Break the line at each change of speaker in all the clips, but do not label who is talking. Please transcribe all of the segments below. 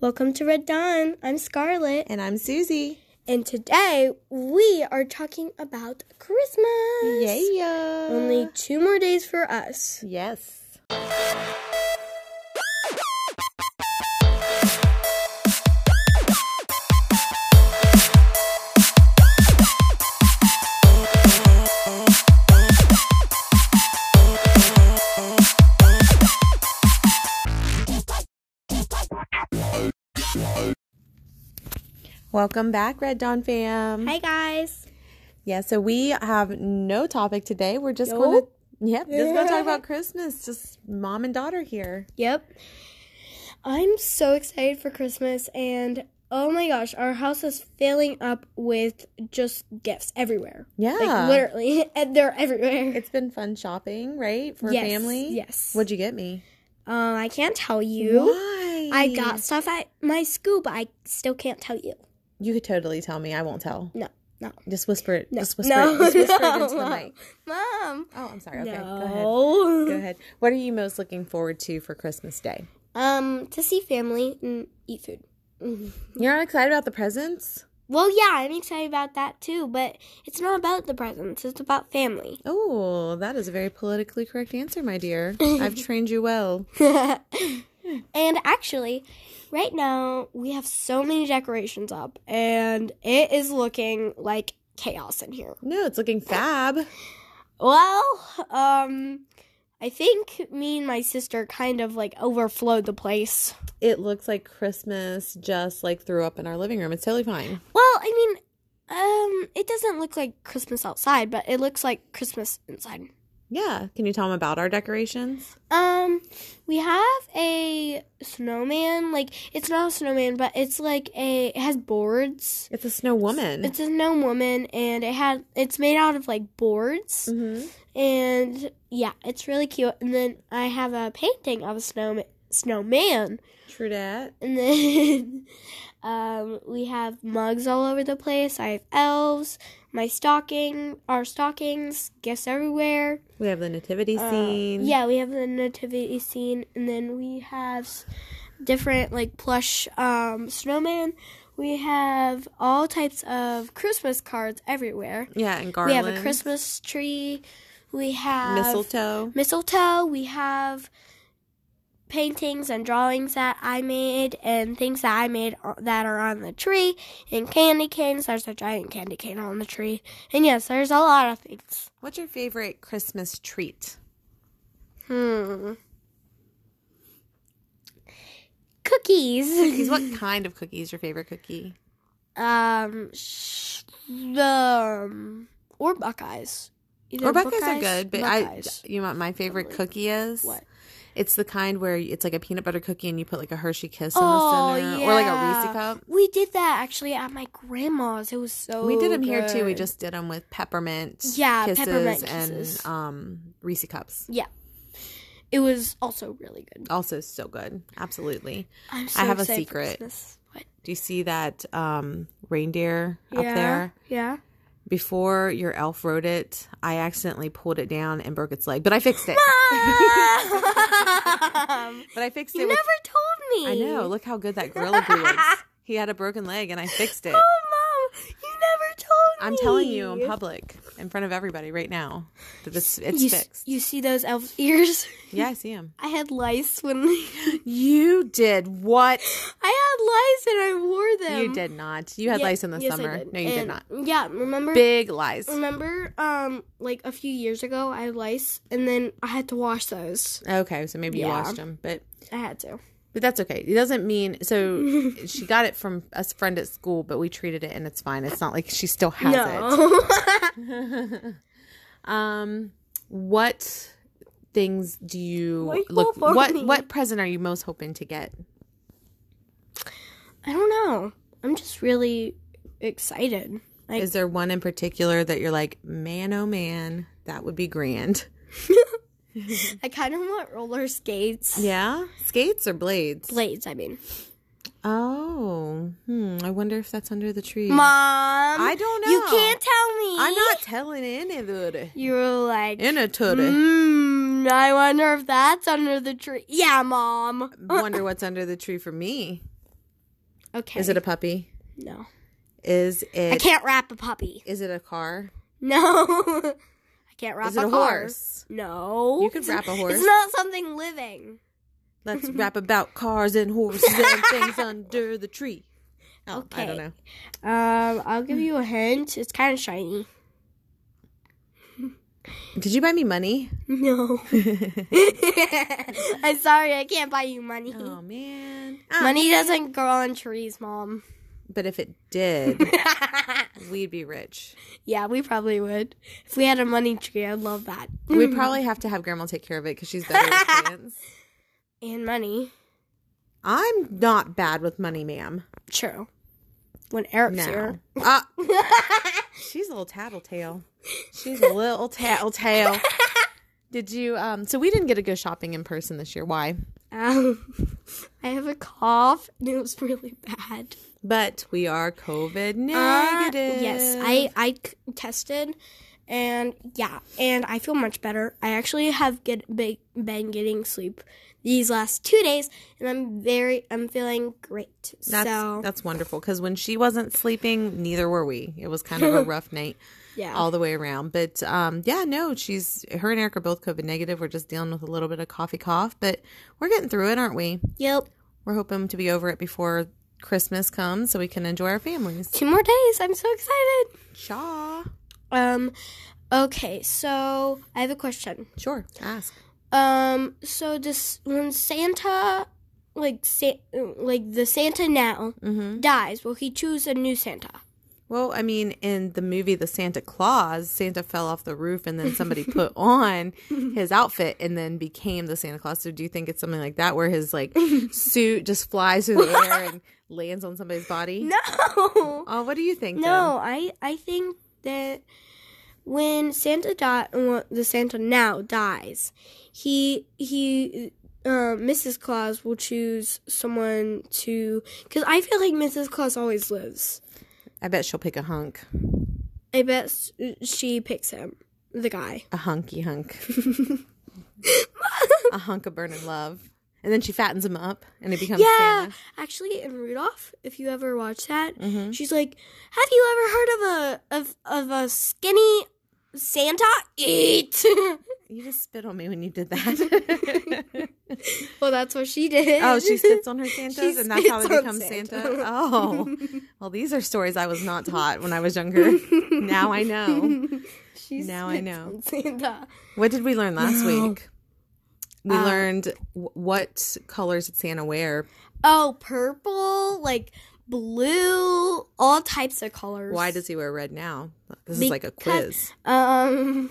Welcome to Red Dawn. I'm Scarlett,
And I'm Susie.
and today we are talking about Christmas.
Yeah.
Only two more days for us.
Yes. Welcome back, Red Dawn fam.
Hi, guys.
Yeah, so we have no topic today. We're just going to
Nope.
Yep, just going to talk about Christmas. Just mom and daughter here.
Yep. I'm so excited for Christmas, and oh my gosh, our house is filling up with just gifts everywhere.
Yeah.
Like, literally, and they're everywhere.
it's been fun shopping, right? For
Yes,
family.
yes.
What'd you get me?
Um, I can't tell you.
Why?
I got stuff at my school, but I still can't tell you.
You could totally tell me. I won't tell.
No, no,
Just whisper it.
no.
Just whisper
no,
it. Just whisper it into the
no,
mic.
Mom.
Oh, I'm sorry. Okay. Go ahead.
no.
Go ahead. What are you most looking forward to for Christmas Day?
Um, to see family and eat food. Mhm.
You're not excited about the presents?
Well, yeah, I'm excited about that too, but it's not about the presents. It's about family.
Oh, that is a very politically correct answer, my dear. I've trained you well.
and actually, right now we have so many decorations up, and it is looking like chaos in here.
No, it's looking fab.
Well, um, I think me and my sister kind of like overflowed the place.
It looks like Christmas just like threw up in our living room. It's totally fine.
Well, I mean, um, it doesn't look like Christmas outside, but it looks like Christmas inside.
Yeah. Can you tell them about our decorations?
Um, we have a snowman. Like, it's not a snowman, but it's like a. It has boards.
It's a snow woman.
It's a gnome woman, and it had. It's made out of like boards,
hmm
and yeah, it's really cute. And then I have a painting of a snowman. Snowman,
True that.
and then um, we have mugs all over the place. I have elves, my stocking, our stockings, gifts everywhere.
We have the nativity
Uh,
scene.
yeah, we have the nativity scene, and then we have s- different like plush um, snowman. We have all types of Christmas cards everywhere.
Yeah, and garlands.
We have a Christmas tree. We have
mistletoe.
mistletoe. We have paintings and drawings that I made, and things that I made o- that are on the tree, and candy canes. There's a giant candy cane on the tree, and yes, there's a lot of things.
What's your favorite Christmas treat?
Hmm. Cookies.
Cookies. What kind of cookie is your favorite cookie?
Um, sh- um, or Buckeyes. Either
Or Buckeyes are good, but
Buckeyes.
I you know what my favorite cookie is?
What?
It's the kind where it's like a peanut butter cookie and you put like a Hershey Kiss in
Oh,
the center,
yeah.
or like a Reese cup.
We did that actually at my grandma's. It was so.
we did them here too. We
Oh, good.
just did them with peppermint,
Yeah,
kisses
peppermint kisses.
and um, Reese cups.
Yeah. It was also really good.
Also, so good. Absolutely.
I'm so
I have a
excited for
secret.
Christmas. What?
Do you see that um, reindeer up
yeah.
there?
Yeah.
Before your elf wrote it, I accidentally pulled it down and broke its leg, but I fixed it.
Mom!
But I fixed
you
it.
never
With,
told me.
I know. Look how good that gorilla glue is. He had a broken leg, and I fixed it.
Oh, mom, you never told me.
I'm telling you in public, in front of everybody right now, that it's, it's
You, s-
fixed.
you see those elf's ears?
yeah, I see him.
I had lice when
You did what?
I had lice and I wore them.
You did not. You had
Yeah,
lice in the
yes, I
summer.
did.
No, you
And-
did not.
Yeah, remember?
Big lies.
Remember, um, like a few years ago, I had lice, and then I had to wash those.
Okay, so maybe you
Yeah.
watched them, but
I had to.
but that's okay. It doesn't mean so she got it from a friend at school, but we treated it and it's fine. It's not like she still has it.
No.
Um, what things do you
What are you
look?
for
What
me?
what present are you most hoping to get?
I don't know. I'm just really excited. Like,
Is there one in particular that you're like, man, oh man, that would be grand?
I kind of want roller skates.
Yeah, skates or blades?
Blades, I mean.
Oh, hmm. I wonder if that's under the tree.
Mom! I
don't
You
know.
can't tell me!
I'm not telling anybody.
You were like,
In a tootie.
Mmm, I wonder if that's under the tree. Yeah, Mom.
Wonder what's under the tree for me.
Okay.
Is it a puppy?
No.
Is
I
it?
can't wrap a puppy.
Is it a car?
No. I can't wrap
Is it a
car.
horse?
No.
You could wrap a horse.
It's not something living.
Let's rap about cars and horses and things under the tree. Oh, I
Okay.
don't know.
Um, I'll give you a hint. It's kind of shiny.
Did you buy me money?
No. I'm sorry, I can't buy you money.
Oh man. Ah.
Money doesn't grow on trees, Mom.
But if it did, we'd be rich.
yeah, we probably would. If we had a money tree, I'd love that.
We'd probably have to have grandma take care of it because she's better with hands.
And money.
I'm not bad with money, ma'am.
True. When Eric's
No.
here.
Ah, she's a little tattletale. She's a little tattletale. Did you um so we didn't get to go shopping in person this year. Why?
Um, I have a cough and it was really bad.
But we are COVID
Uh,
negative.
yes, I I c- tested, and yeah, and I feel much better. I actually have get big, been getting sleep these last two days, and I'm very I'm feeling great.
That's
so
that's wonderful because when she wasn't sleeping, neither were we. It was kind of a rough night
yeah,
all the way around. But um, yeah, no, she's her and Eric are both COVID negative. We're just dealing with a little bit of coffee cough, but we're getting through it, aren't we?
yep.
We're hoping to be over it before Christmas comes so we can enjoy our families.
Two more days. I'm so excited.
Shaw,
Um, okay, so I have a question.
sure, ask.
Um, so does when Santa like sa- like the Santa now
Mm-hmm.
dies, will he choose a new Santa?
Well, I mean, in the movie The Santa Claus, Santa fell off the roof and then somebody put on his outfit and then became the Santa Claus. So do you think it's something like that where his like suit just flies through the air and lands on somebody's body?
No.
Oh, what do you think?
No, I I think that when Santa die, well, the Santa now dies, he he. Uh, Mrs. Claus will choose someone to, because I feel like Mrs. Claus always lives.
then? I bet she'll pick a hunk,
I bet s- she picks him, the guy.
a hunky hunk, a hunk of burning love. And then she fattens him up and he becomes
Yeah,
Santa.
actually, in Rudolph, if you ever watch that, she's like, "Have you ever heard of a of of a skinny Santa? Eat."
You just spit on me when you did that.
well, that's what she did.
Oh, she spits on her Santas,
She
and that's how they
spits on
become Santa.
Santa.
Oh, well, these are stories I was not taught when I was younger. now I know.
She's
Now I know.
Santa.
What did we learn last
No.
week? We
Uh,
learned w- what colors did Santa wear.
Oh, purple, like blue, all types of colors.
Why does he wear red now? This is like a
Because-
quiz
um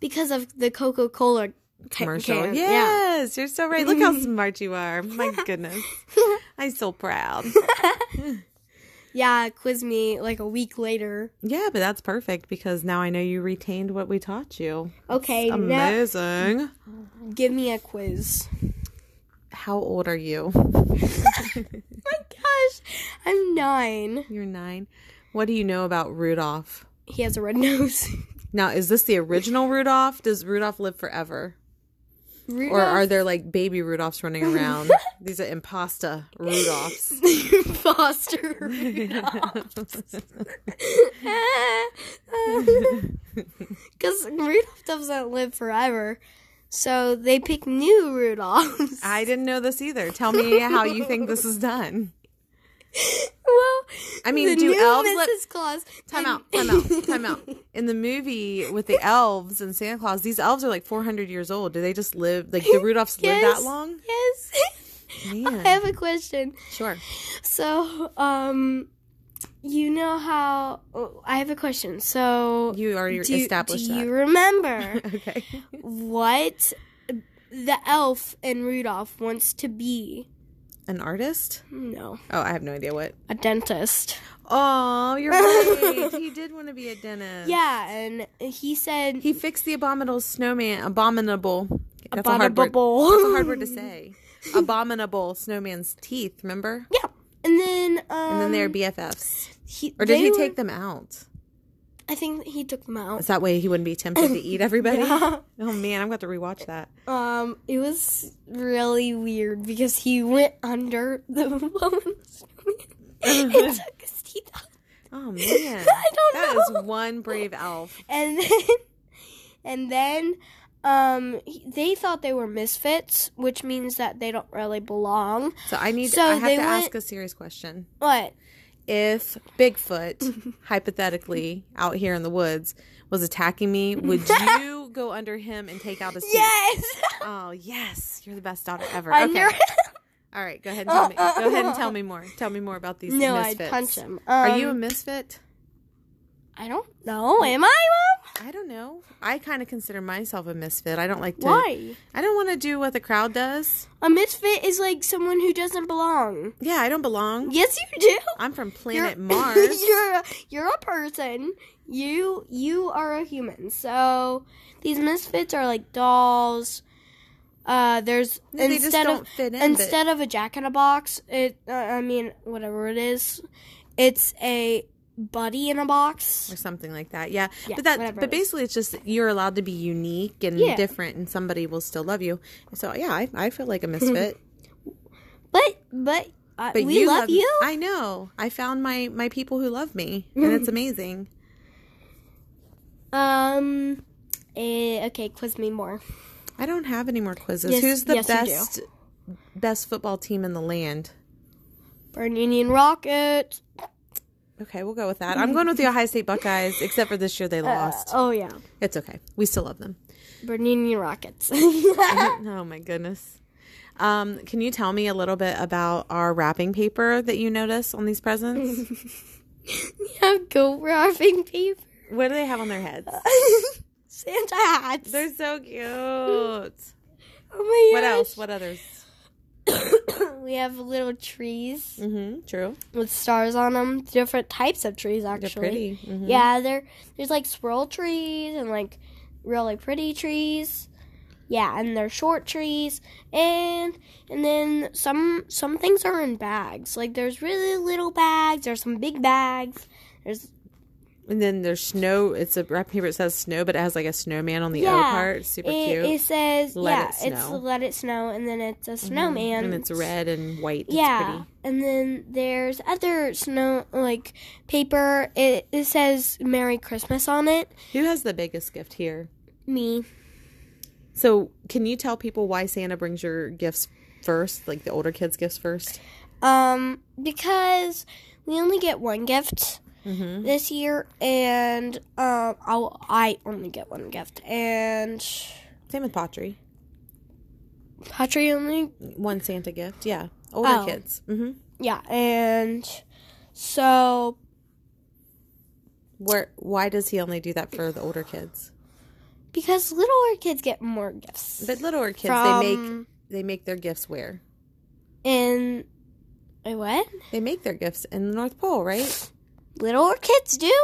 because of the Coca Cola
commercial. Yes, you're so right. Look how smart you are. My goodness, I'm so proud.
yeah, quiz me like a week later.
Yeah, but that's perfect because now I know you retained what we taught you.
Okay, now
Amazing.
give me a quiz.
How old are you?
My gosh, I'm nine.
You're nine. What do you know about Rudolph?
He has a red nose.
Now, is this the original Rudolph? Does Rudolph live forever?
Rudolph.
Or are there like baby Rudolphs running around? These are impasta Rudolphs.
Foster Because Rudolph doesn't live forever. So they pick new Rudolphs.
I didn't know this either. Tell me how you think this is done.
well,
I mean,
the
do
new
elves
Mrs.
live-
Claus.
Time
the-
out, time out, time out. In the movie with the elves and Santa Claus, these elves are like 400 years old. Do they just live, like the Rudolphs live
Yes.
that long?
Yes. I
Man,
have a question.
sure.
So, um, you know how oh, I have a question. So
You already
do,
established
do
that.
you remember
okay.
what the elf in Rudolph wants to be?
An artist?
No,
Oh, I have no idea what.
a dentist.
Oh, you're right. he did want to be a dentist.
Yeah, and he said
He fixed the abominable snowman. Abominable. That's a hard word.
abominable.
That's a hard word to say. Abominable snowman's teeth. Remember?
yeah, and then um,
And then they're BFFs.
he,
Or did
they
he
were-
take them out?
I think he took them out.
So that way he wouldn't be tempted to eat everybody. Oh man, I'm going to rewatch that.
Um, it was really weird because he went under the woman's and took his teeth out.
Oh man,
I don't
that
know.
is one brave elf.
and then and then um he- they thought they were misfits, which means that they don't really belong.
So I need.
So
I have to
they
ask
went-
a serious question.
But
If Bigfoot, hypothetically, out here in the woods, was attacking me, would you go under him and take out his teeth?
yes,
Oh yes, you're the best daughter ever.
I
Hmm. okay.
never.
All right, go ahead. And tell me. Go ahead and tell me more. Tell me more about these
no,
misfits.
I'd punch him.
Are you a
Um,
misfit?
I don't know. Am I, Mom?
I don't know. I kind of consider myself a misfit. I don't like to.
Why?
I don't want to do what the crowd does.
A misfit is like someone who doesn't belong.
Yeah, I don't belong.
Yes, you do.
I'm from planet Mars.
you're a, you're a person. You you are a human. So these misfits are like dolls. Uh, there's
No, they just
instead
don't
of
fit in, but-
instead of a jack in a box, it uh, I mean whatever it is, it's a buddy in a box.
or something like that. Yeah.
Yeah,
but that
whatever
but
it is.
basically it's just you're allowed to be unique and
Yeah.
different and somebody will still love you. So yeah, I, I feel like a misfit.
But but, uh,
But
we
you
love, you.
I know. I found my my people who love me and it's amazing.
Um, eh, okay, quiz me more.
I don't have any more quizzes.
Yes-
Who's the
yes, you do.
best best football team in the land?
Burn Union Rocket.
Okay, we'll go with that.
Mm-hmm.
I'm going with the Ohio State Buckeyes, except for this year they lost.
Oh yeah,
It's okay. We still love them.
Burn Union Rockets. Uh.
oh my goodness. Um, can you tell me a little bit about our wrapping paper that you notice on these presents?
have goat wrapping paper.
what do they have on their heads?
Santa hats.
They're so cute.
oh my
What
gosh.
else? What others?
we have little trees
Mm-hmm. True.
with stars on them. Different types of trees, actually.
pretty, mhm.
Yeah, there. There's like squirrel trees and like really pretty trees. Yeah, and they're short trees, and and then some some things are in bags. Like there's really little bags. There's some big bags. There's
And then there's snow. It's a wrapping paper. It says snow, but it has like a snowman on the O part. It's super
it,
cute.
It says
Let
yeah,
it
it's
snow. Mm-hmm.
let it snow, and then it's a snowman.
and it's red and white. It's
Yeah, and then there's other snow like paper. It, it says Merry Christmas on it.
pretty. Who has the biggest gift here?
Me.
So, can you tell people why Santa brings your gifts first, like the older kids' gifts first?
Um, because we only get one gift
Mm-hmm.
this year, and um, I'll, I only get one gift, and
Same with pottery.
Patry only
One Santa gift. Yeah, older
Oh.
kids. hmm
yeah, and so
Where? Why does he only do that for the older kids?
because littler kids get more gifts
But littler kids, they make
from
they make their gifts where
in wait, what
they make their gifts in the North Pole, right?
littler kids do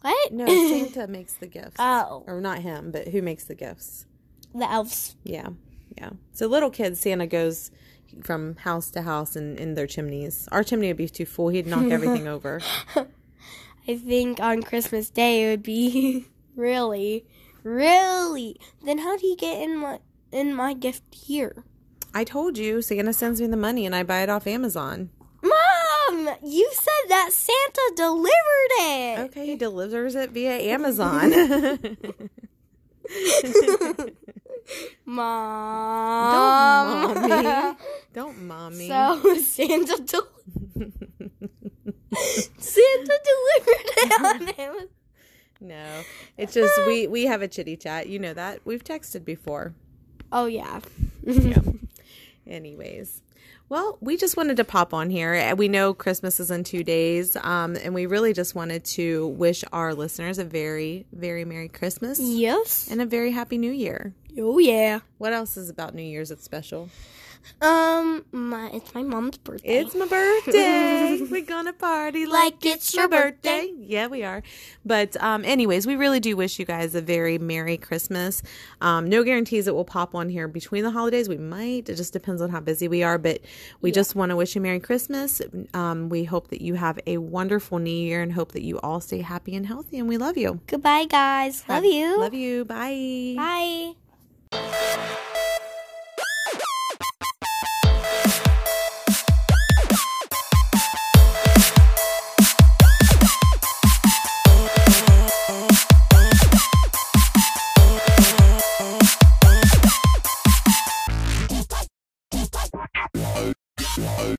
what
No, Santa makes the gifts.
Oh.
or not him, but who makes the gifts?
the elves.
Yeah, yeah. So little kids, Santa goes from house to house and in their chimneys. Our chimney would be too full; he'd knock everything over.
I think on Christmas Day it would be really, really. Then how do you get in my in my gift here,
I told you, Santa sends me the money and I buy it off Amazon.
Mom? You said that Santa delivered it.
Okay, he delivers it via Amazon.
Mom.
mommy. Don't mommy.
Um. So Santa del- Santa delivered it on him.
no, it's just we we have a chitty chat. You know that we've texted before.
Oh yeah.
Anyways, well, we just wanted to pop on here. Uh, We know Christmas is in two days, um, and we really just wanted to wish our listeners a very, very Merry Christmas
Yes.
and a very Happy New Year.
Oh yeah.
What else is about New Year's that's special?
Um, my, it's my mom's birthday.
It's my birthday. We're gonna party like,
Like
it's your birthday. Yeah, we are. But um anyways, we really do wish you guys a very merry Christmas. Um no guarantees it will pop on here between the holidays. We might. It just depends on how busy we are, but we just want to wish you merry Christmas. Um we hope that you have a wonderful new year and hope that you all stay happy and healthy and we love you.
Goodbye, guys. Love you.
Love you. Bye.
Bye.